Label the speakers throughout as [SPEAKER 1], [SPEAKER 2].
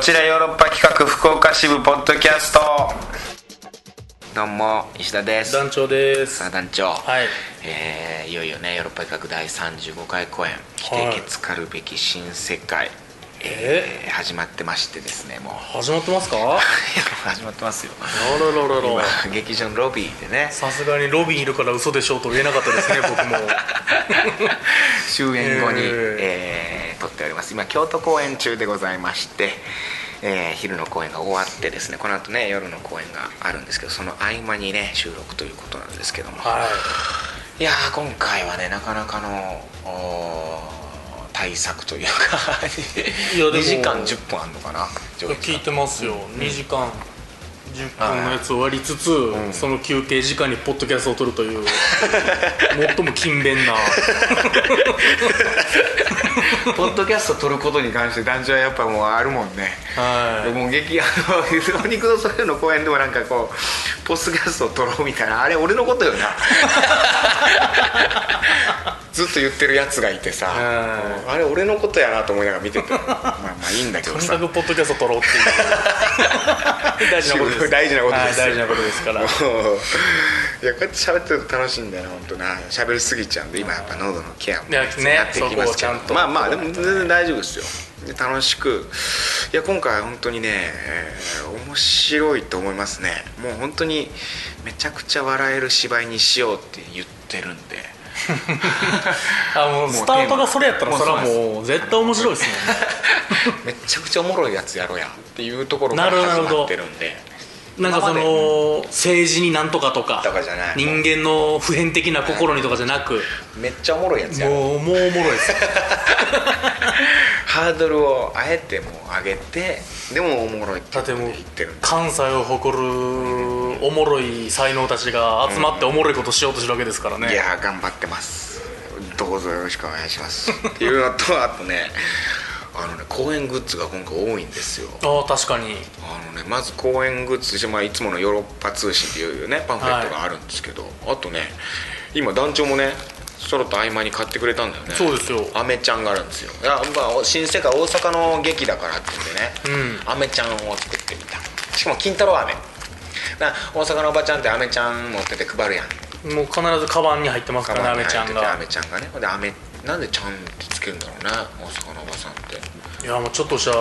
[SPEAKER 1] ちらヨーロッパ企画福岡支部ポッドキャストどうも石田です
[SPEAKER 2] 団長で
[SPEAKER 1] さ
[SPEAKER 2] す
[SPEAKER 1] あ団長、
[SPEAKER 2] はい
[SPEAKER 1] えーいよいよねヨーロッパ企画第35回公演「来て
[SPEAKER 2] はい
[SPEAKER 1] けつかるべき新世界」
[SPEAKER 2] え
[SPEAKER 1] えー始まってましてですねもう
[SPEAKER 2] 始まってますかあ
[SPEAKER 1] いや始まってますよ
[SPEAKER 2] らららら
[SPEAKER 1] 今劇場のロビーでね
[SPEAKER 2] さすがにロビーいるから嘘でしょうと言えなかった ですね僕も
[SPEAKER 1] 終演後に、え
[SPEAKER 2] えー
[SPEAKER 1] ー撮っております今京都公演中でございまして、えー昼の公演が終わってですねこの後ね夜の公演があるんですけどその合間にね収録ということなんですけども、
[SPEAKER 2] はい
[SPEAKER 1] いやー今回はねなかなかのおー対策というか
[SPEAKER 2] いやでも
[SPEAKER 1] 2時間10分あんのかな上映時間
[SPEAKER 2] 聞いてますよ、2時間10分のやつ終わりつつ、その休憩時間にポッドキャストを撮ると いう最も勤勉な
[SPEAKER 1] ポッドキャスト撮ることに関して団長はやっぱもうあるもんね
[SPEAKER 2] はい
[SPEAKER 1] もう劇あのお肉のそれの公演でもなんかこうポッドキャストを撮ろうみたいなあれ俺のことよな ずっと言ってるやつがいてさ
[SPEAKER 2] は
[SPEAKER 1] あれ俺のことやなと思いながら見ててまあまあいいんだけ
[SPEAKER 2] と
[SPEAKER 1] ど
[SPEAKER 2] に
[SPEAKER 1] さ
[SPEAKER 2] かくポッドキャスト撮ろうっていう大事なことです
[SPEAKER 1] 大事なことです
[SPEAKER 2] はい大事なことです から
[SPEAKER 1] いやこうやって喋ってると楽しいんだよな本当な喋りすぎちゃうんで今やっぱ喉のケアも
[SPEAKER 2] いやね
[SPEAKER 1] なってきます
[SPEAKER 2] そこをち
[SPEAKER 1] け
[SPEAKER 2] ゃん
[SPEAKER 1] ど
[SPEAKER 2] と
[SPEAKER 1] まあまあでも全然大丈夫ですよで楽しくいや今回本当にね、えー面白いと思いますねもう本当にめちゃくちゃ笑える芝居にしようって言ってるん で
[SPEAKER 2] あもうスタートがそれやったら
[SPEAKER 1] もう
[SPEAKER 2] そ
[SPEAKER 1] テー
[SPEAKER 2] れ
[SPEAKER 1] マ
[SPEAKER 2] はもう絶対面白いですね
[SPEAKER 1] めちゃくちゃおもろいやつやろうやっていうところから
[SPEAKER 2] なるほどなるほ
[SPEAKER 1] 始
[SPEAKER 2] ど
[SPEAKER 1] まってるんで
[SPEAKER 2] なんかそ
[SPEAKER 1] 今ま
[SPEAKER 2] の政治になんとかとか
[SPEAKER 1] とかじゃない
[SPEAKER 2] 人間の普遍的な心にとかじゃなく
[SPEAKER 1] めっちゃおもろいやつやろう
[SPEAKER 2] もうもうおもろ いです
[SPEAKER 1] ハードルをあえてもう上げてでもおもろいって言っ
[SPEAKER 2] だっ
[SPEAKER 1] てて
[SPEAKER 2] もう
[SPEAKER 1] 言ってるんで
[SPEAKER 2] 関西を誇るおもろい才能たちが集まっておもろいことしようとしてるわけですからね
[SPEAKER 1] いやー頑張ってますどうぞよろしくお願いします っていうのとあとねあのね公演グッズが今回多いんですよ
[SPEAKER 2] ああ確かに
[SPEAKER 1] あのねまず公演グッズとして、まあ、いつものヨーロッパ通信っていうねパンフレットがあるんですけど、あとね今団長もねソロと合間に買ってくれたんだよね
[SPEAKER 2] そうですよ
[SPEAKER 1] アメちゃんがあるんですよいや、まあ、新世界大阪の劇だからって言うんでね、アメちゃんを作ってみたしかも金太郎飴な大阪のおばちゃんってアメちゃん持ってて配るやん
[SPEAKER 2] もう必ずカバンに入ってますからねアメちゃん
[SPEAKER 1] ア
[SPEAKER 2] が
[SPEAKER 1] メちゃんがねほんでアメなんでちゃんってつけるんだろうね大阪のおばさんって
[SPEAKER 2] いやもうちょっとした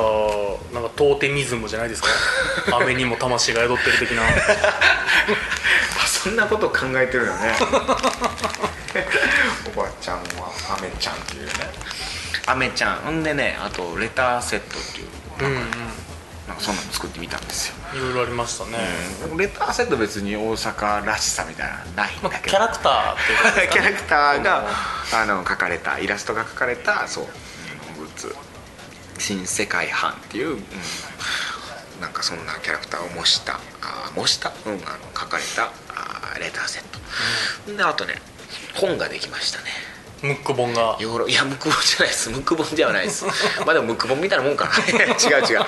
[SPEAKER 2] なんかトーテミズムじゃないですか アメにも魂が宿ってる的な
[SPEAKER 1] あそんなことを考えてるよ ねおばちゃんはアメちゃんっていうねアメちゃんほんでねあとレターセットっていう
[SPEAKER 2] うんうん
[SPEAKER 1] なんかそんなの作ってみたんですよ、
[SPEAKER 2] いろいろありましたね、
[SPEAKER 1] レターセット別に大阪らしさみたいなのないんだ
[SPEAKER 2] まあ、
[SPEAKER 1] け
[SPEAKER 2] キ
[SPEAKER 1] ど、
[SPEAKER 2] ャラクターっていうことです
[SPEAKER 1] キ
[SPEAKER 2] か
[SPEAKER 1] ャ
[SPEAKER 2] ね
[SPEAKER 1] ラクターがあの描かれたイラストが描かれたそううんグッズ「新世界版」っていう、うんなんかそんなキャラクターを模したあー模した、うん、あの描かれたあーレターセット、であとね本ができましたね
[SPEAKER 2] ムック 本が
[SPEAKER 1] ヨーロいやムクボンじゃないですムクボンではないですまあでもムクボンみたいなもんかな違う違う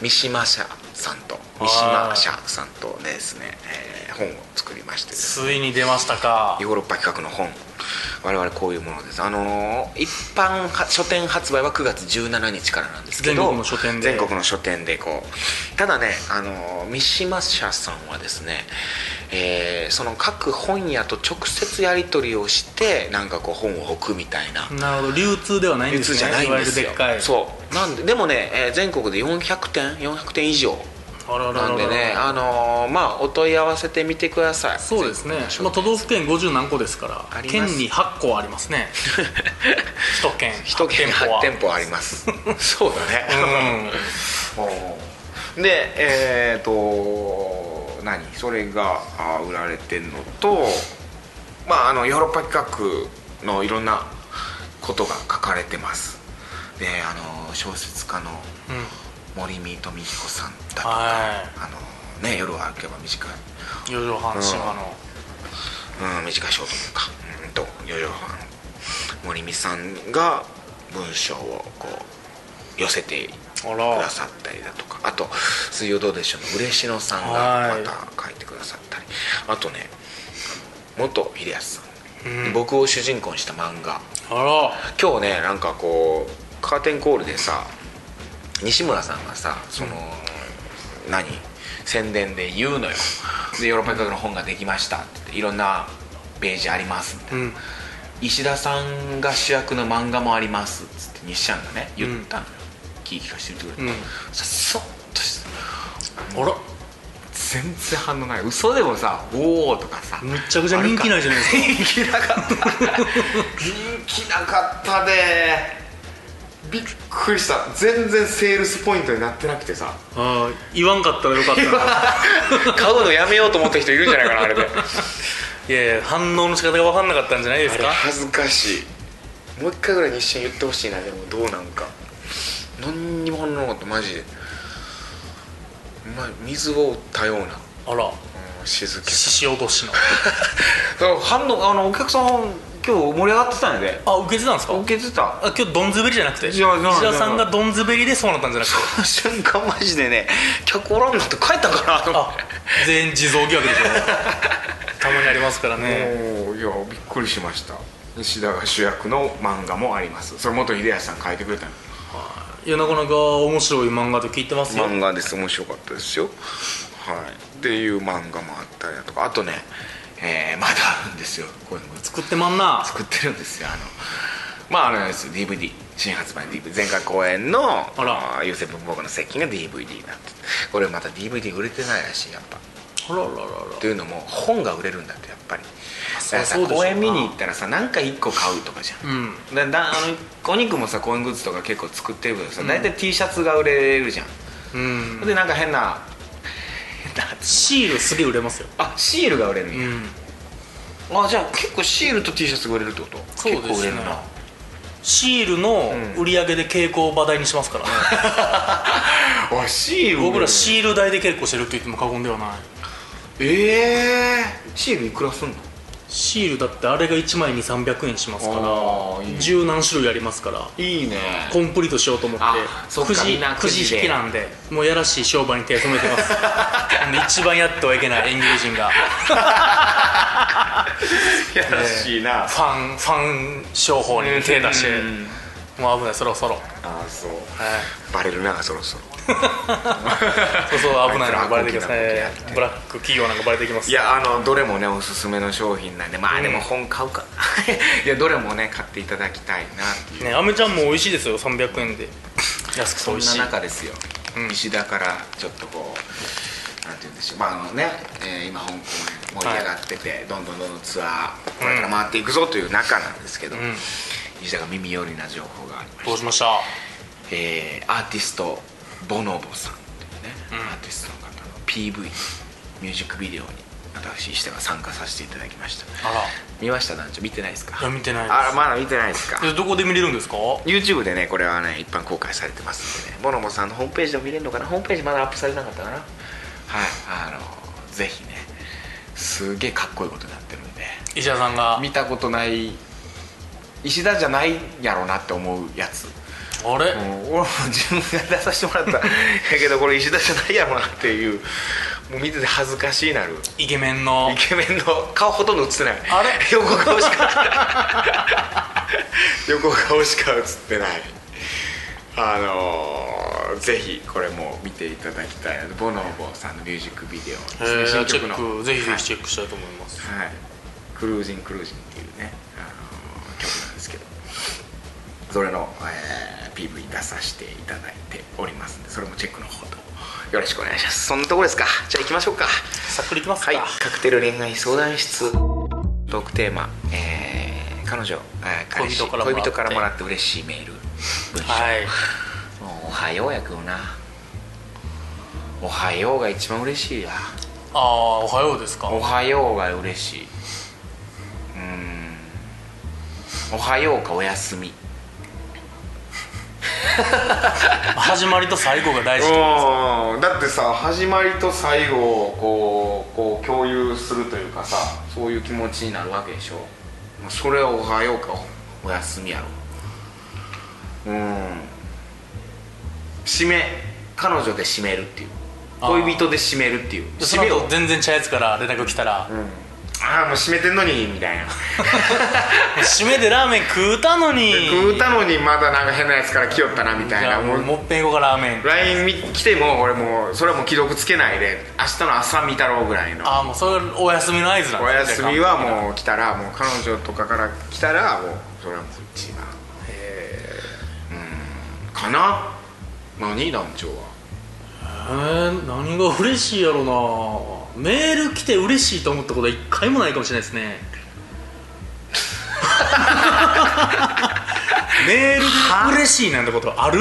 [SPEAKER 1] 三島社さんと三島社さんとですね、えー本を作りましてですね
[SPEAKER 2] ついに出ましたか
[SPEAKER 1] ヨーロッパ企画の本我々こういうものですあのー一般は書店発売は9月17日からなんですけど
[SPEAKER 2] 全国の書店で
[SPEAKER 1] 全国の書店でこうただね、あのー三島社さんはですね、えーその各本屋と直接やり取りをしてなんかこう本を置くみたいな
[SPEAKER 2] なるほど流通ではないん
[SPEAKER 1] 流
[SPEAKER 2] です
[SPEAKER 1] 通
[SPEAKER 2] ね
[SPEAKER 1] じゃないんです
[SPEAKER 2] いわゆ
[SPEAKER 1] よ
[SPEAKER 2] るでっかい
[SPEAKER 1] そうなんででもね、えー全国で400点400点以上
[SPEAKER 2] あららら
[SPEAKER 1] な
[SPEAKER 2] ら
[SPEAKER 1] んでね、あのーまあお問い合わせてみてください
[SPEAKER 2] そうです
[SPEAKER 1] 全
[SPEAKER 2] ね
[SPEAKER 1] 国の書、
[SPEAKER 2] まあ、
[SPEAKER 1] 店
[SPEAKER 2] 都道府県50何個ですか
[SPEAKER 1] あ
[SPEAKER 2] ら
[SPEAKER 1] りま
[SPEAKER 2] 県
[SPEAKER 1] す
[SPEAKER 2] に8個あります ね首都圏
[SPEAKER 1] 一軒8店
[SPEAKER 2] 舗
[SPEAKER 1] 舗あります そうだね、
[SPEAKER 2] は
[SPEAKER 1] でえっ、と何それがあ売られてるのとまああのヨーロッパ企画のいろんなことが書かれてますであの小説家の
[SPEAKER 2] うん、うん
[SPEAKER 1] 森見富彦さんだとか、
[SPEAKER 2] は
[SPEAKER 1] あのね夜を歩けば短い
[SPEAKER 2] い四畳半島の、
[SPEAKER 1] うん、短いショートか、うんと四畳半森美さんが文章をこう寄せてく
[SPEAKER 2] あら
[SPEAKER 1] ださったりだとかあと「水曜どうでしょう」の嬉野さんが
[SPEAKER 2] はい
[SPEAKER 1] また書いてくださったりあとね元秀康さん、
[SPEAKER 2] うん
[SPEAKER 1] 僕を主人公にした漫画
[SPEAKER 2] あ
[SPEAKER 1] 今日ねなんかこうカーテンコールでさ西村さんがさその、何宣伝で言うのよでヨーロッパ企画の本ができましたって言っていろんなページありますみたいな、
[SPEAKER 2] うん
[SPEAKER 1] 石田さんが主役の漫画もありますっつって西ちゃんがね言ったのよ、聞き聞かせてくれて、
[SPEAKER 2] うん
[SPEAKER 1] さそっとして
[SPEAKER 2] あら
[SPEAKER 1] 全然反応ない嘘でもさ「おお」とかさ
[SPEAKER 2] むっちゃくちゃ人気ないじゃないですか
[SPEAKER 1] 人気なかった人気なかったでびっくりした全然セールスポイントになってなくてさ
[SPEAKER 2] ああ言わんかったらよかったな
[SPEAKER 1] 買うのやめようと思った人いるんじゃないかなあれで
[SPEAKER 2] いやいや反応の仕方が分かんなかったんじゃないですか
[SPEAKER 1] 恥ずかしいもう一回ぐらい日清言ってほしいなでもどうなんか何にも反応なかったマジでまあ水を打ったような、う
[SPEAKER 2] あら
[SPEAKER 1] ん、静けさ
[SPEAKER 2] 獅子落としの
[SPEAKER 1] 反応あのお客さん今日盛り上がってたんやで
[SPEAKER 2] あ受けてたんですか
[SPEAKER 1] 受けてた
[SPEAKER 2] あ今日どんずべりじゃなくて
[SPEAKER 1] いやいや
[SPEAKER 2] 石田さんがどんずべりでそうなったんじゃなくて
[SPEAKER 1] この瞬間マジでね客おらんのって帰ったんかなと思っ
[SPEAKER 2] あ全員地蔵疑惑でしょたまにありますから
[SPEAKER 1] て
[SPEAKER 2] ね
[SPEAKER 1] もういやびっくりしました西田が主役の漫画もありますそれ元秀康さん書いてくれたの
[SPEAKER 2] いやなかなか面白い漫画と聞いてますよ
[SPEAKER 1] 漫画です面白かったですよはいっていう漫画もあったりだとかあとね、えーまだあるんですよこういうのも
[SPEAKER 2] 作ってまんな
[SPEAKER 1] 作ってるんですよあのまああれなんですよ DVD 新発売 DVD 前回公演の
[SPEAKER 2] あら
[SPEAKER 1] あー優先文房具の接近が DVD になってこれまた DVD 売れてないらしいやっぱ
[SPEAKER 2] あらららら
[SPEAKER 1] というのも本が売れるんだってやっぱり
[SPEAKER 2] そりゃ
[SPEAKER 1] だからさ
[SPEAKER 2] そうでしょ
[SPEAKER 1] 公
[SPEAKER 2] うな
[SPEAKER 1] 園見に行ったらさ何か1個買うとかじゃん、
[SPEAKER 2] うん
[SPEAKER 1] だだあのお肉もさ公園グッズとか結構作ってるけどさ大体 T シャツが売れるじゃん、
[SPEAKER 2] うん
[SPEAKER 1] でなんか変な 変な
[SPEAKER 2] シールすげえ売れますよ
[SPEAKER 1] あシールが売れる
[SPEAKER 2] うん
[SPEAKER 1] や、
[SPEAKER 2] ん
[SPEAKER 1] あじゃあ結構シールと T シャツが売れるってこと
[SPEAKER 2] そうですね
[SPEAKER 1] 結構売れるな
[SPEAKER 2] シールの売り上げで蛍光場代にしますからね、
[SPEAKER 1] あシール売れる
[SPEAKER 2] 僕らシール代で稽古してるって言っても過言ではない
[SPEAKER 1] ええシールいくらすんの
[SPEAKER 2] シールだってあれが1枚に300円しますか
[SPEAKER 1] あーいい
[SPEAKER 2] ら十何種類ありますから
[SPEAKER 1] いいね
[SPEAKER 2] コンプリートしようと思って
[SPEAKER 1] あそっか
[SPEAKER 2] くじ
[SPEAKER 1] みんな
[SPEAKER 2] く
[SPEAKER 1] くじで
[SPEAKER 2] じ引きなんでもうやらしい商売に手を染めてます あの一番やってはいけない演技人が
[SPEAKER 1] やらしいな、
[SPEAKER 2] ファンファン商法に手出して
[SPEAKER 1] うん
[SPEAKER 2] もう危ないそろそろ、はい、
[SPEAKER 1] あそうバレるなそろそろ
[SPEAKER 2] そう そう危ないの
[SPEAKER 1] あ
[SPEAKER 2] が
[SPEAKER 1] いつら
[SPEAKER 2] バレてきます
[SPEAKER 1] アコギなこ
[SPEAKER 2] ね
[SPEAKER 1] とやって
[SPEAKER 2] ブラック企業なんかバレてきます
[SPEAKER 1] いやあのどれもねおすすめの商品なんでまあでも本買うか、 いやどれもね買っていただきたいなっていう
[SPEAKER 2] ねアメちゃんも美味しいですよ300円で安くて
[SPEAKER 1] そ
[SPEAKER 2] 美
[SPEAKER 1] ん
[SPEAKER 2] 味しい
[SPEAKER 1] な中ですよ、石田からちょっとこうなんて言うんでしょうまああのね、えー今香港盛り上がってて、どんどんどんどんツアーこれから回っていくぞという中なんですけど、
[SPEAKER 2] ん
[SPEAKER 1] 石田が耳寄りな情報がありま
[SPEAKER 2] どう
[SPEAKER 1] し
[SPEAKER 2] しました
[SPEAKER 1] て、えーアーティストボノボさんというね、アーティストの方の PV ミュージックビデオに私石田が参加させていただきました
[SPEAKER 2] あら
[SPEAKER 1] 見ました団長見てないですか
[SPEAKER 2] いや見てないです
[SPEAKER 1] あらまだ見てないですか
[SPEAKER 2] えどこで見れるんですか
[SPEAKER 1] YouTube でねこれはね一般公開されてますんでねボノボさんのホームページでも見れるのかなホームページまだアップされてなかったかなはいあのぜひねすげえかっこいいことになってるんで
[SPEAKER 2] 石田さんが
[SPEAKER 1] 見たことない石田じゃないやろうなって思うやつ
[SPEAKER 2] あれ、
[SPEAKER 1] もう俺も自分が出させてもらったやけどこれ石田じゃないやろうなっていうもう見てて恥ずかしいなる
[SPEAKER 2] イケメンの
[SPEAKER 1] イケメンの顔ほとんど映ってない
[SPEAKER 2] あれ
[SPEAKER 1] 横顔しか横顔しか映ってないあのーぜひこれも見ていただきたいなとボノボさんのミュージックビデオ
[SPEAKER 2] えー
[SPEAKER 1] ですね
[SPEAKER 2] チェックぜひぜ
[SPEAKER 1] はい
[SPEAKER 2] ひチェックしたいと思います、
[SPEAKER 1] はいクルージンクルージンっていうね、あのー曲なんですけどそれの、えー PV 出させていただいておりますんでそれもチェックの方とよろしくお願いしますそんなところですかじゃあ行きましょうか
[SPEAKER 2] さっくりいきます
[SPEAKER 1] は
[SPEAKER 2] か、
[SPEAKER 1] い、カクテル恋愛相談室トークテーマ、えー彼女、えー彼氏
[SPEAKER 2] 恋人からもらって
[SPEAKER 1] 恋人からもらって嬉しいメール文章、
[SPEAKER 2] はい
[SPEAKER 1] もうおはようやくよなおはようが一番嬉しいや
[SPEAKER 2] ああおはようですか
[SPEAKER 1] おはようが嬉しいうーんおはようかおやすみ
[SPEAKER 2] 始まりと最後が大事
[SPEAKER 1] うんだってさ始まりと最後をこうこう共有するというかさそういう気持ちになるわけでしょまあそれはおはようかおおやすみやろうん締め彼女で締めるっていう
[SPEAKER 2] あー
[SPEAKER 1] 恋人で締めるっていう
[SPEAKER 2] そ
[SPEAKER 1] 締
[SPEAKER 2] の
[SPEAKER 1] め
[SPEAKER 2] 後
[SPEAKER 1] を
[SPEAKER 2] 全然ちゃうやつから連絡来たら、
[SPEAKER 1] ああもう閉めてんのにみたいな
[SPEAKER 2] 締めでラーメン食うたのに
[SPEAKER 1] 食うたのにまだなんか変なやつから来よったなみたい
[SPEAKER 2] じゃ
[SPEAKER 1] な
[SPEAKER 2] あも
[SPEAKER 1] も
[SPEAKER 2] う
[SPEAKER 1] う
[SPEAKER 2] もっぺん行こうかラーメン
[SPEAKER 1] LINE み来ても俺もうそれはもう既読つけないで明日の朝見たろうぐらいの
[SPEAKER 2] ああもうそれがお休みの合図なん
[SPEAKER 1] お
[SPEAKER 2] です
[SPEAKER 1] 休
[SPEAKER 2] ね
[SPEAKER 1] みはもう来たらもう彼女とかから来たらもうそれはもう一番うんかな何団長は
[SPEAKER 2] えー、何が嬉しいやろなメール来て嬉しいと思ったことは一回もないかもしれないですねメールで嬉しいなんてことある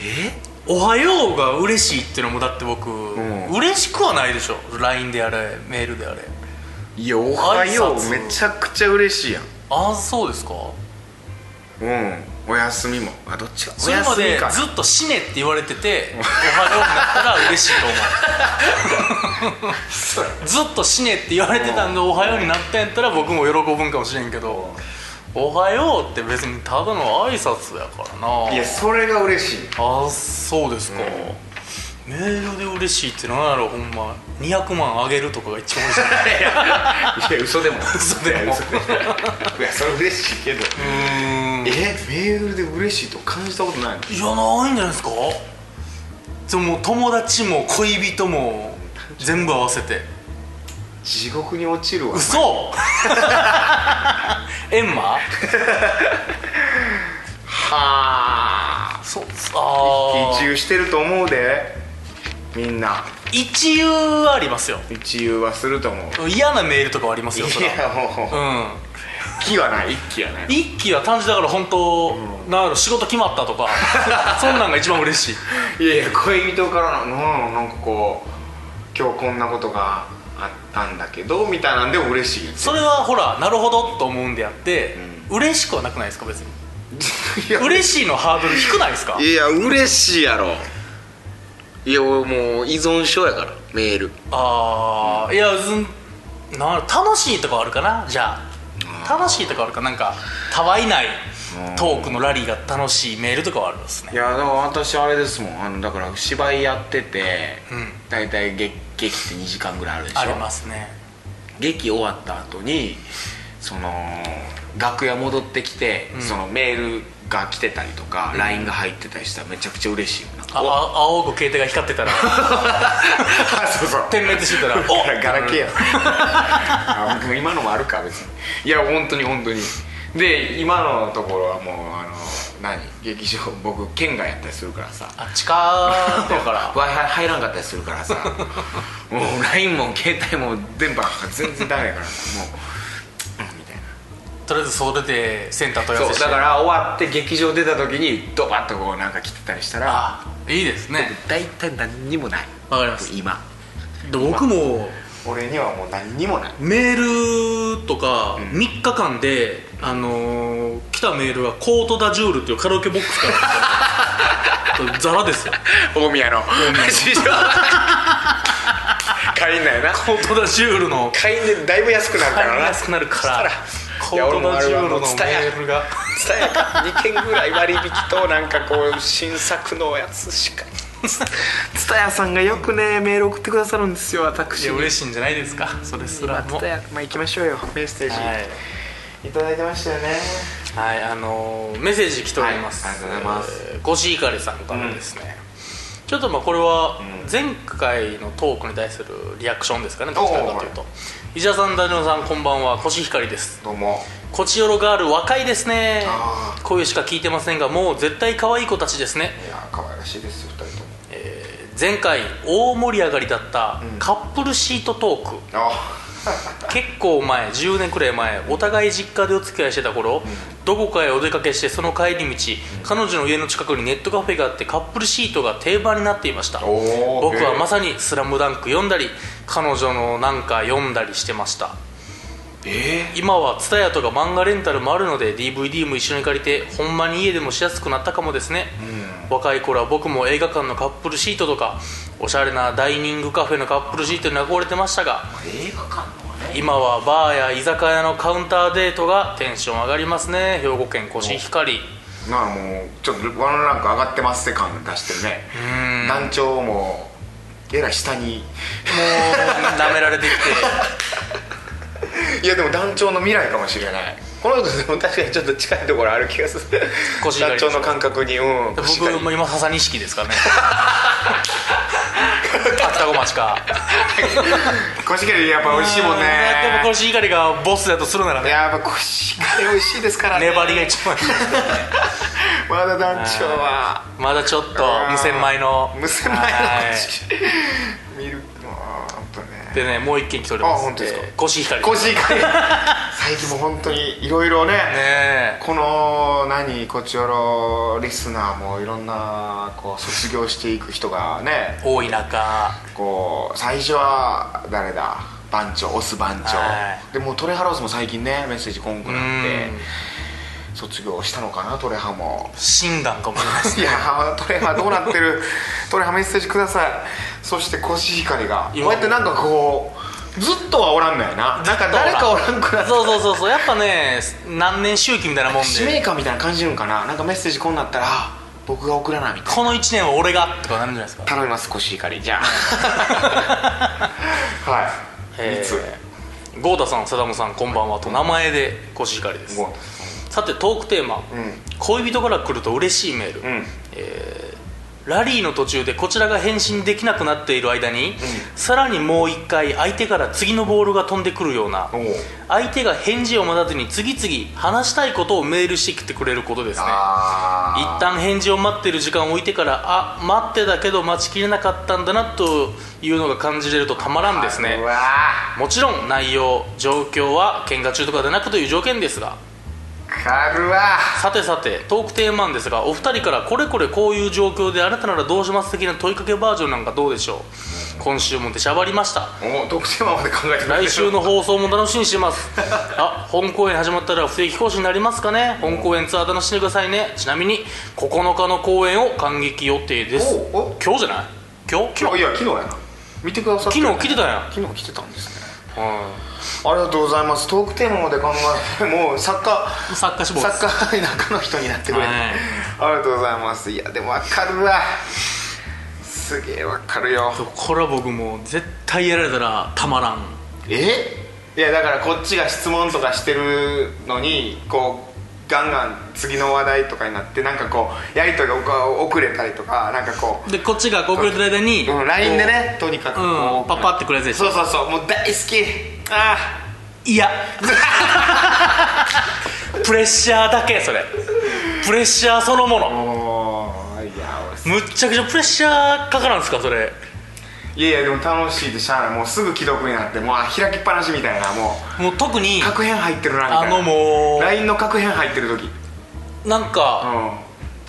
[SPEAKER 1] え
[SPEAKER 2] おはようが嬉しいっていうのもだって僕、
[SPEAKER 1] ん
[SPEAKER 2] 嬉しくはないでしょ LINE であれメールであれ
[SPEAKER 1] いやおはよう
[SPEAKER 2] 挨拶
[SPEAKER 1] めちゃくちゃ嬉しいやん
[SPEAKER 2] ああそうですか
[SPEAKER 1] うんお休みもあどっちか
[SPEAKER 2] それま
[SPEAKER 1] お休
[SPEAKER 2] で
[SPEAKER 1] みか
[SPEAKER 2] ずっと「死ね」って言われて て「おはよう」になったら嬉しいと思うずっと「死ね」って言われてたんが「おはよう」になったんやったら僕も喜ぶんかもしれんけど「おはよう」って別にただの挨拶やからない
[SPEAKER 1] やそれが嬉しい
[SPEAKER 2] あそうですか、メールで嬉しいってなんやろほんま200万あげるとかが一番嬉しい
[SPEAKER 1] いや 嘘でも
[SPEAKER 2] 嘘でも
[SPEAKER 1] いやいやそれ嬉しいけど
[SPEAKER 2] うーん
[SPEAKER 1] えメールで嬉しいと感じたことないの
[SPEAKER 2] いやないんじゃないですかでももう友達も恋人も全部合わせて
[SPEAKER 1] 地獄に落ちるわ
[SPEAKER 2] 嘘 エンマ
[SPEAKER 1] はあ
[SPEAKER 2] そあ
[SPEAKER 1] 一
[SPEAKER 2] ー
[SPEAKER 1] 遊してると思うでみんな
[SPEAKER 2] 一遊はありますよ
[SPEAKER 1] 一遊はすると思う
[SPEAKER 2] 嫌なメールとかはありますよそ
[SPEAKER 1] い
[SPEAKER 2] れ
[SPEAKER 1] やもう
[SPEAKER 2] うん
[SPEAKER 1] 一気はない一気はない
[SPEAKER 2] 一期は単純だから本当、なんやろ仕事決まったと かそんなんが一番嬉しい
[SPEAKER 1] いやいや恋人からのうんなんかこう今日こんなことがあったんだけどみたいなんでも嬉し い
[SPEAKER 2] それはほらなるほどと思うんであって、嬉しくはなくないですか別に
[SPEAKER 1] いや
[SPEAKER 2] 嬉しいのハードル低ないですか
[SPEAKER 1] いや嬉しいやろいや俺もう依存症やからメール
[SPEAKER 2] ああいやずんなん楽しいとかあるかなじゃあ楽しいとかあるかなんかたわいないトークのラリーが楽しいメールとかはあるんですね
[SPEAKER 1] いやだから私あれですもんあのだから芝居やってて、
[SPEAKER 2] うん
[SPEAKER 1] 大体劇劇って2時間ぐらいあるでしょ
[SPEAKER 2] ありますね
[SPEAKER 1] 劇終わった後にその楽屋戻ってきて、そのメールが来てたりとか、LINE が入ってたりしたらめちゃくちゃ嬉しいよな
[SPEAKER 2] ああ青く携帯が光って たら
[SPEAKER 1] あ そう そう
[SPEAKER 2] 点滅してたら
[SPEAKER 1] だ
[SPEAKER 2] お
[SPEAKER 1] からガラケーや あもう今のもあるか別にいや本当に本当にで今のところはもうあの何劇場僕県外やったりするからさ
[SPEAKER 2] あ近いから
[SPEAKER 1] w i f i 入らんかったりするから さもう LINE も携帯も電波が全然ダメやからさもううんみたいな
[SPEAKER 2] とりあえずそれでセンター問い合わ
[SPEAKER 1] そ
[SPEAKER 2] せ
[SPEAKER 1] う
[SPEAKER 2] して
[SPEAKER 1] だから終わって劇場出た時にドバッとこうなんか来てたりしたら
[SPEAKER 2] あいいですね
[SPEAKER 1] 大体何にもない
[SPEAKER 2] わかります
[SPEAKER 1] 今
[SPEAKER 2] で僕も
[SPEAKER 1] 俺にはもう何にもない
[SPEAKER 2] メールとか3日間で、あのー来たメールはコート・ダ・ジュールっていうカラオケボックスから来 たザラですよ
[SPEAKER 1] 大宮の 市場会員なんやな
[SPEAKER 2] コート・ダ・ジュールの
[SPEAKER 1] 会員でだいぶ安くなるからな
[SPEAKER 2] 買いやすくなるから
[SPEAKER 1] そしたら
[SPEAKER 2] コ
[SPEAKER 1] いや
[SPEAKER 2] ー
[SPEAKER 1] 俺
[SPEAKER 2] ト・
[SPEAKER 1] も
[SPEAKER 2] ダ・
[SPEAKER 1] あ
[SPEAKER 2] ジ
[SPEAKER 1] れ
[SPEAKER 2] ュー
[SPEAKER 1] はも
[SPEAKER 2] ルの
[SPEAKER 1] う
[SPEAKER 2] メ
[SPEAKER 1] 蔦屋
[SPEAKER 2] ールが
[SPEAKER 1] 蔦屋か2件ぐらい割引となんかこう新作のやつしか蔦屋さんがよくねメール送ってくださるんですよ
[SPEAKER 2] い
[SPEAKER 1] 私
[SPEAKER 2] や嬉しいんじゃないですかそれすらも
[SPEAKER 1] 蔦
[SPEAKER 2] はい、
[SPEAKER 1] 屋まあ行きましょうよメッセージ、い、ただいてましたよね
[SPEAKER 2] はい、あのーメッセージ来ております、
[SPEAKER 1] はいありがとうございます
[SPEAKER 2] えーゴシイカリさんからですね、ちょっとまあこれは前回のトークに対するリアクションですかねどっちらかというと石田さん大野さんこんばんはコシヒカリです
[SPEAKER 1] どうも
[SPEAKER 2] コチヨロガール若いですね
[SPEAKER 1] あ
[SPEAKER 2] 声しか聞いてませんがもう絶対可愛い子たちですね
[SPEAKER 1] いやー可愛らしいですよ2人とも
[SPEAKER 2] 前回大盛り上がりだったカップルシートトーク、
[SPEAKER 1] あ
[SPEAKER 2] 結構前10年くらい前お互い実家でお付き合いしてた頃、どこかへお出かけしてその帰り道、彼女の家の近くにネットカフェがあってカップルシートが定番になっていました
[SPEAKER 1] おー
[SPEAKER 2] 僕は
[SPEAKER 1] へー
[SPEAKER 2] まさに「スラムダンク読んだり彼女のなんか読んだりしてました
[SPEAKER 1] え
[SPEAKER 2] 今は TSUTAYA とか漫画レンタルもあるので DVD も一緒に借りてほんまに家でもしやすくなったかもですね、若い頃は僕も映画館のカップルシートとかおしゃれなダイニングカフェのカップルシートに憧れてましたが
[SPEAKER 1] 映画館のはね
[SPEAKER 2] 今はバーや居酒屋のカウンターデートがテンション上がりますね兵庫県コシヒカリ
[SPEAKER 1] なあもうちょっとワンランク上がってますって感出してるね団長もえらい下に
[SPEAKER 2] う舐められてきて
[SPEAKER 1] いやでも団長の未来かもしれないこの人でも確かにちょっと近いところある気がする
[SPEAKER 2] 腰が
[SPEAKER 1] 団
[SPEAKER 2] り
[SPEAKER 1] 長の感覚にうん腰がり
[SPEAKER 2] 僕も今笹錦ですからね秋田小町か
[SPEAKER 1] 腰がりやっぱ美味しいもんね
[SPEAKER 2] うんでもコシヒカリがボスだとするならね
[SPEAKER 1] やっぱ腰がり美味しいですからね
[SPEAKER 2] 粘りが一番いい
[SPEAKER 1] まだ団長は
[SPEAKER 2] まだちょっと無洗米の
[SPEAKER 1] 無洗米の
[SPEAKER 2] はい
[SPEAKER 1] 腰見るもう本当ね
[SPEAKER 2] でねもう一件来ております
[SPEAKER 1] あ本当ですか
[SPEAKER 2] えーコシヒカリね
[SPEAKER 1] 腰 がり最近も本当にいろいろね
[SPEAKER 2] え
[SPEAKER 1] この何こちよろリスナーもいろんなこう卒業していく人がね
[SPEAKER 2] 多い中
[SPEAKER 1] こう最初は誰だ番長オス番長、
[SPEAKER 2] は
[SPEAKER 1] でもうトレハロースも最近ねメッセージこんくなって卒業したのかなトレハも
[SPEAKER 2] 診断かもしれないです
[SPEAKER 1] いやートレハどうなって るトレハメッセージくださいそしてコシヒカリがこう
[SPEAKER 2] 今
[SPEAKER 1] やってなんかこうずっとはおらんのやななんか誰かおらんくなった
[SPEAKER 2] そうそうそうそうやっぱね何年周期みたいなもん
[SPEAKER 1] 使
[SPEAKER 2] で
[SPEAKER 1] 命感みたいな感じるんかななんかメッセージこんなったらあ僕が送らないみたいな
[SPEAKER 2] この1年は俺がとかなるんじゃないですか
[SPEAKER 1] 頼みますコシヒカリじゃあ はい
[SPEAKER 2] えー
[SPEAKER 1] 3つ
[SPEAKER 2] ゴーダさん、サダムさん、こんばんはと名前でコシヒカリです
[SPEAKER 1] も
[SPEAKER 2] さてトークテーマ、恋人から来ると嬉しいメール、
[SPEAKER 1] ううん
[SPEAKER 2] ラリーの途中でこちらが返信できなくなっている間に、さらにもう1回相手から次のボールが飛んでくるような
[SPEAKER 1] おう
[SPEAKER 2] 相手が返事を待たずに次々話したいことをメールしてきてくれることですね
[SPEAKER 1] あー
[SPEAKER 2] 一旦返事を待ってる時間を置いてからあ待ってたけど待ちきれなかったんだなというのが感じれるとたまらんですね
[SPEAKER 1] うわ
[SPEAKER 2] もちろん内容状況は喧嘩中とかでなくという条件ですが
[SPEAKER 1] ーかるわ
[SPEAKER 2] さてさてトークテーマ案ですがお二人からこれこれこういう状況であなたならどうします的な問いかけバージョンなんかどうでしょう今週も出しゃばりました
[SPEAKER 1] おう特テーマまで考えてくれてる
[SPEAKER 2] 来週の放送も楽しみにしてます あ本公演始まったら不定期更新になりますかね本公演ツアー楽しんでくださいねちなみに9日の公演を感激予定です
[SPEAKER 1] おうお
[SPEAKER 2] 今日じゃない今日
[SPEAKER 1] 昨日いや昨日やな見てくださって
[SPEAKER 2] 昨日来てたんや
[SPEAKER 1] 昨日来てたんですね
[SPEAKER 2] は
[SPEAKER 1] ありがとうございますトークテーマまで考えて もう作家
[SPEAKER 2] い作家志望です
[SPEAKER 1] 作家田舎の人になってくれて、
[SPEAKER 2] はい
[SPEAKER 1] ありがとうございますいやでも分かるわすげえ分かるよ
[SPEAKER 2] これは僕もう絶対やられたらたまらん
[SPEAKER 1] えいやだからこっちが質問とかしてるのにこうガンガン次の話題とかになってなんかこうやりとりが遅れたりとかなんかこう
[SPEAKER 2] でこっちがこう遅れてる間に
[SPEAKER 1] うん LINE でねとにかく
[SPEAKER 2] こう
[SPEAKER 1] こ
[SPEAKER 2] うん
[SPEAKER 1] う
[SPEAKER 2] パッパってくれるやつでし
[SPEAKER 1] そ
[SPEAKER 2] ょ
[SPEAKER 1] うそうそうもう大好きあ
[SPEAKER 2] いやプレッシャーだけそれプレッシャーそのも
[SPEAKER 1] あ
[SPEAKER 2] の
[SPEAKER 1] もういや
[SPEAKER 2] むっちゃくちゃプレッシャーかかるんですかそれ
[SPEAKER 1] 俺いやいやでも楽しいでしゃあないもうすぐ既読になってもうあ開きっぱなしみたいなも
[SPEAKER 2] もう特に
[SPEAKER 1] う確変入ってるなみた
[SPEAKER 2] あ
[SPEAKER 1] いな
[SPEAKER 2] のも
[SPEAKER 1] LINE の確変入ってる時うん
[SPEAKER 2] うなんか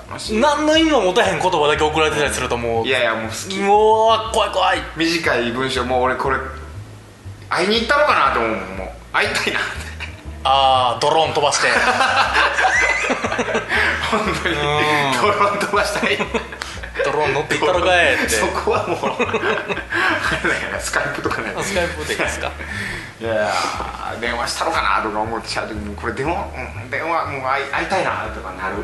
[SPEAKER 1] 楽しい
[SPEAKER 2] 何の意味も持たへん言葉だけ送られてたりするともう
[SPEAKER 1] いやいやもう好き
[SPEAKER 2] もう怖い怖い
[SPEAKER 1] 短い文章もう俺これ会いに行ったのかなと思うもんもう会いたいなって
[SPEAKER 2] ああドローン飛 ばして
[SPEAKER 1] 本当にドローン飛ばしたい
[SPEAKER 2] ドローン乗っていったのかいって
[SPEAKER 1] そこはもうあれだからスカイプとかね
[SPEAKER 2] あスカイプでいいですか
[SPEAKER 1] いやー電話したのかなとか思っちゃう時にこれ電話、うん、電話もう会い会いたいなとかなる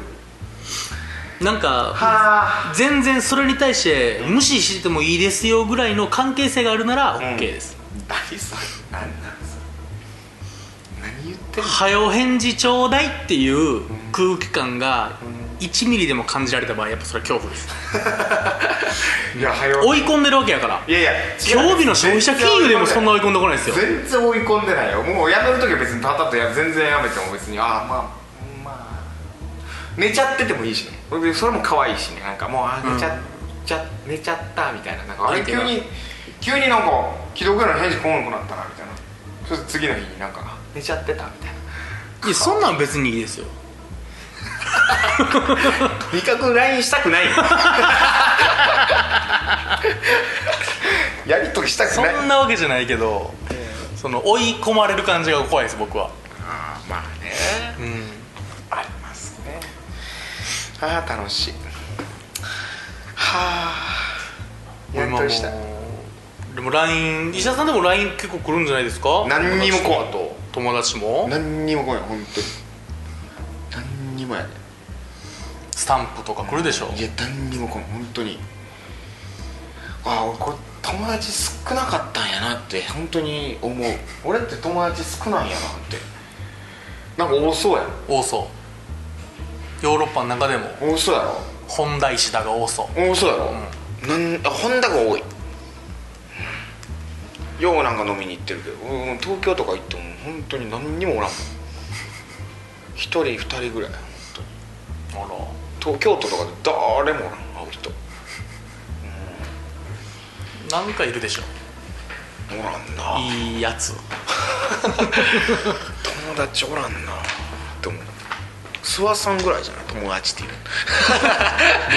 [SPEAKER 2] なんか
[SPEAKER 1] はあ
[SPEAKER 2] 全然それに対して無視しててもいいですよぐらいの関係性があるなら OK です、
[SPEAKER 1] 大それ何なんそれ何言ってんの
[SPEAKER 2] はよ返事ちょうだいっていう空気感が1ミリでも感じられた場合やっぱそれは恐怖です
[SPEAKER 1] いやはよ
[SPEAKER 2] 追い込んでるわけやから
[SPEAKER 1] いやいや
[SPEAKER 2] 競技の消費者金融でもそんな追い込んでこないですよ
[SPEAKER 1] 全然追い込んでないよもうやめる時は別にパタッとや全然やめても別にああまあまあ寝ちゃっててもいいしねでそれも可愛いしねなんかもうあー寝ちゃ,、ちゃ寝ちゃったみたいななんかあれ
[SPEAKER 2] 相手
[SPEAKER 1] 急
[SPEAKER 2] が
[SPEAKER 1] に急になんか既読の返事来なくなったなみたいなそして次の日になんかあ寝ちゃってたみたいない
[SPEAKER 2] やそんなん別にいいですよ
[SPEAKER 1] とにかく LINE したくないやりとりしたく
[SPEAKER 2] そ
[SPEAKER 1] ない
[SPEAKER 2] んなわけじゃないけどその追い込まれる感じが怖いです僕は
[SPEAKER 1] あーまあね
[SPEAKER 2] うん
[SPEAKER 1] ありますねああ楽しいはあやっとりした
[SPEAKER 2] 今もうでも LINE 石田さんでも LINE 結構来るんじゃないですか
[SPEAKER 1] 何にも来ん
[SPEAKER 2] 友達と友達も
[SPEAKER 1] 何にも来ない本当に何にもやね
[SPEAKER 2] スタンプとか来るでしょ
[SPEAKER 1] いや何にも来ない本当にああ俺こ友達少なかったんやなって本当に思う俺って友達少ないんやなってなんか多そうやん
[SPEAKER 2] 多そうヨーロッパの中でも
[SPEAKER 1] 多そうやろ
[SPEAKER 2] 本田石田が多そう
[SPEAKER 1] 多そうやろ、なんあ本田が多いようなんか飲みに行ってるけどうん東京とか行っても本当に何にもおらんもん一人二人ぐらい
[SPEAKER 2] あら
[SPEAKER 1] 東京都とかで誰もおらん会う人
[SPEAKER 2] なんかいるでしょ
[SPEAKER 1] おらんない
[SPEAKER 2] いやつ
[SPEAKER 1] 友達おらんなって思う諏訪さんぐらいじゃない友達っていう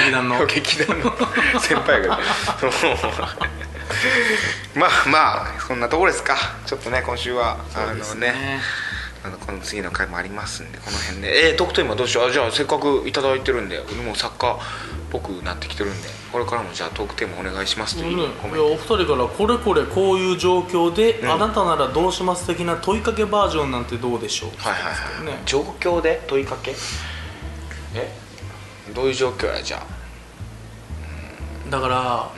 [SPEAKER 2] 劇団の
[SPEAKER 1] の 劇団 の先輩が まあまあそんなところですかちょっとね今週はあのねあのこの次の回もありますんでこの辺でえー、トークテーマどうしようあじゃあせっかくいただいてるんでもう作家っぽくなってきてるんでこれからもじゃあトークテーマお願いしますというコメン
[SPEAKER 2] いや
[SPEAKER 1] ト
[SPEAKER 2] お二人からこれこれこういう状況で、あなたならどうします的な問いかけバージョンなんてどうでしょう
[SPEAKER 1] はいはいはい、
[SPEAKER 2] ね
[SPEAKER 1] 状況で問いかけえどういう状況やじゃあ
[SPEAKER 2] だから、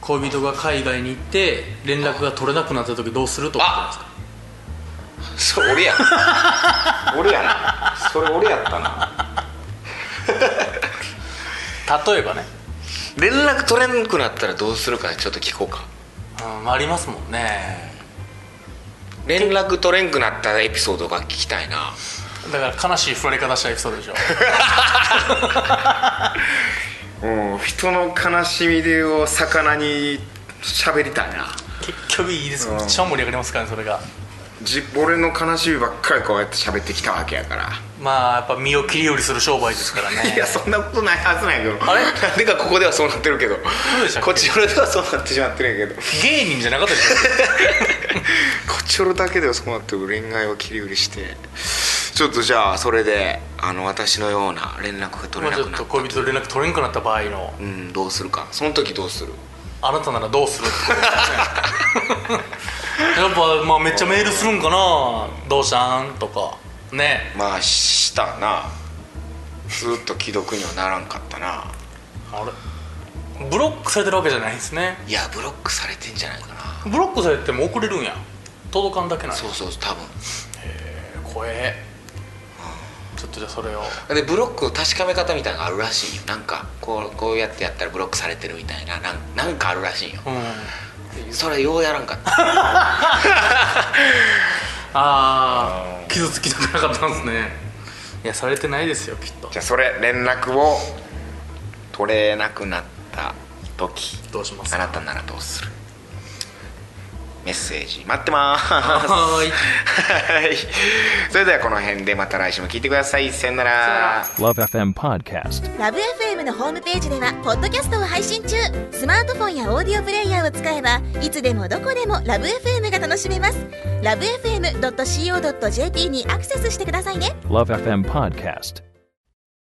[SPEAKER 2] 恋人が海外に行って連絡が取れなくなった時どうするとか
[SPEAKER 1] あそれ俺やな俺やなそれ俺やったな
[SPEAKER 2] 例えばね
[SPEAKER 1] 連絡取れなくなったらどうするかちょっと聞こうか
[SPEAKER 2] うんありますもんね
[SPEAKER 1] 連絡取れんくなったエピソードが聞きたいな
[SPEAKER 2] だから悲しい振られ方したエピソー ドでしょ
[SPEAKER 1] うん人の悲しみを魚に喋りたいな
[SPEAKER 2] 結局いいですよ
[SPEAKER 1] うん
[SPEAKER 2] 一番盛り上がりますからねそれが
[SPEAKER 1] じ俺の悲しみばっかりこうやって喋ってきたわけやから
[SPEAKER 2] まあやっぱ身を切り売りする商売ですからね
[SPEAKER 1] いやそんなことないはずないけど
[SPEAKER 2] あれ
[SPEAKER 1] なんでかここではそうなってるけど
[SPEAKER 2] でしたっけ
[SPEAKER 1] こっち俺ではそうなってしまってるんやけど
[SPEAKER 2] 芸人じゃなかったでし
[SPEAKER 1] こっちおるだけではそうなってる恋愛を切り売りしてちょっとじゃあそれであの私のような連絡が
[SPEAKER 2] ょ、
[SPEAKER 1] 取れ
[SPEAKER 2] まあ、
[SPEAKER 1] な
[SPEAKER 2] ちょ
[SPEAKER 1] く
[SPEAKER 2] っ
[SPEAKER 1] なった
[SPEAKER 2] と、恋人と連絡取れんくなった場合の
[SPEAKER 1] うんどうするかその時どうする
[SPEAKER 2] あなたならどうするってこと ですねやっぱ、まあ、めっちゃメールするんかなどうしたんとかね
[SPEAKER 1] まあしたなずっと既読にはならんかったな
[SPEAKER 2] あれブロックされてるわけじゃないんですね
[SPEAKER 1] いやブロックされてんじゃないかな
[SPEAKER 2] ブロックされても送れるんや届かんだけなんや
[SPEAKER 1] そうそう多分
[SPEAKER 2] 怖えちょっとじゃあそれを
[SPEAKER 1] でブロックの確かめ方みたいなのがあるらしいよなんかこうこうやってやったらブロックされてるみたいななんなんかあるらしいよ
[SPEAKER 2] うん
[SPEAKER 1] それようやらんかった
[SPEAKER 2] ああ傷つきたくなかったんですねいやされてないですよきっと
[SPEAKER 1] じゃあそれ連絡を取れなくなった時
[SPEAKER 2] どうします
[SPEAKER 1] あ
[SPEAKER 2] か
[SPEAKER 1] なたならどうするメッセージ待ってますは
[SPEAKER 2] は ーい
[SPEAKER 1] いそれではこの辺でまた来週も聞いてくださいさよな
[SPEAKER 2] さよ
[SPEAKER 1] ら
[SPEAKER 2] なら
[SPEAKER 3] Love FM Podcast.
[SPEAKER 4] ラブ f m のホームページではポッドキャストを配信中スマートフォンやオーディオプレイヤーを使えばいつでもどこでもラブ f m が楽しめますラブ FM.co.jp にアクセスしてくださいね
[SPEAKER 3] Love FM Podcast.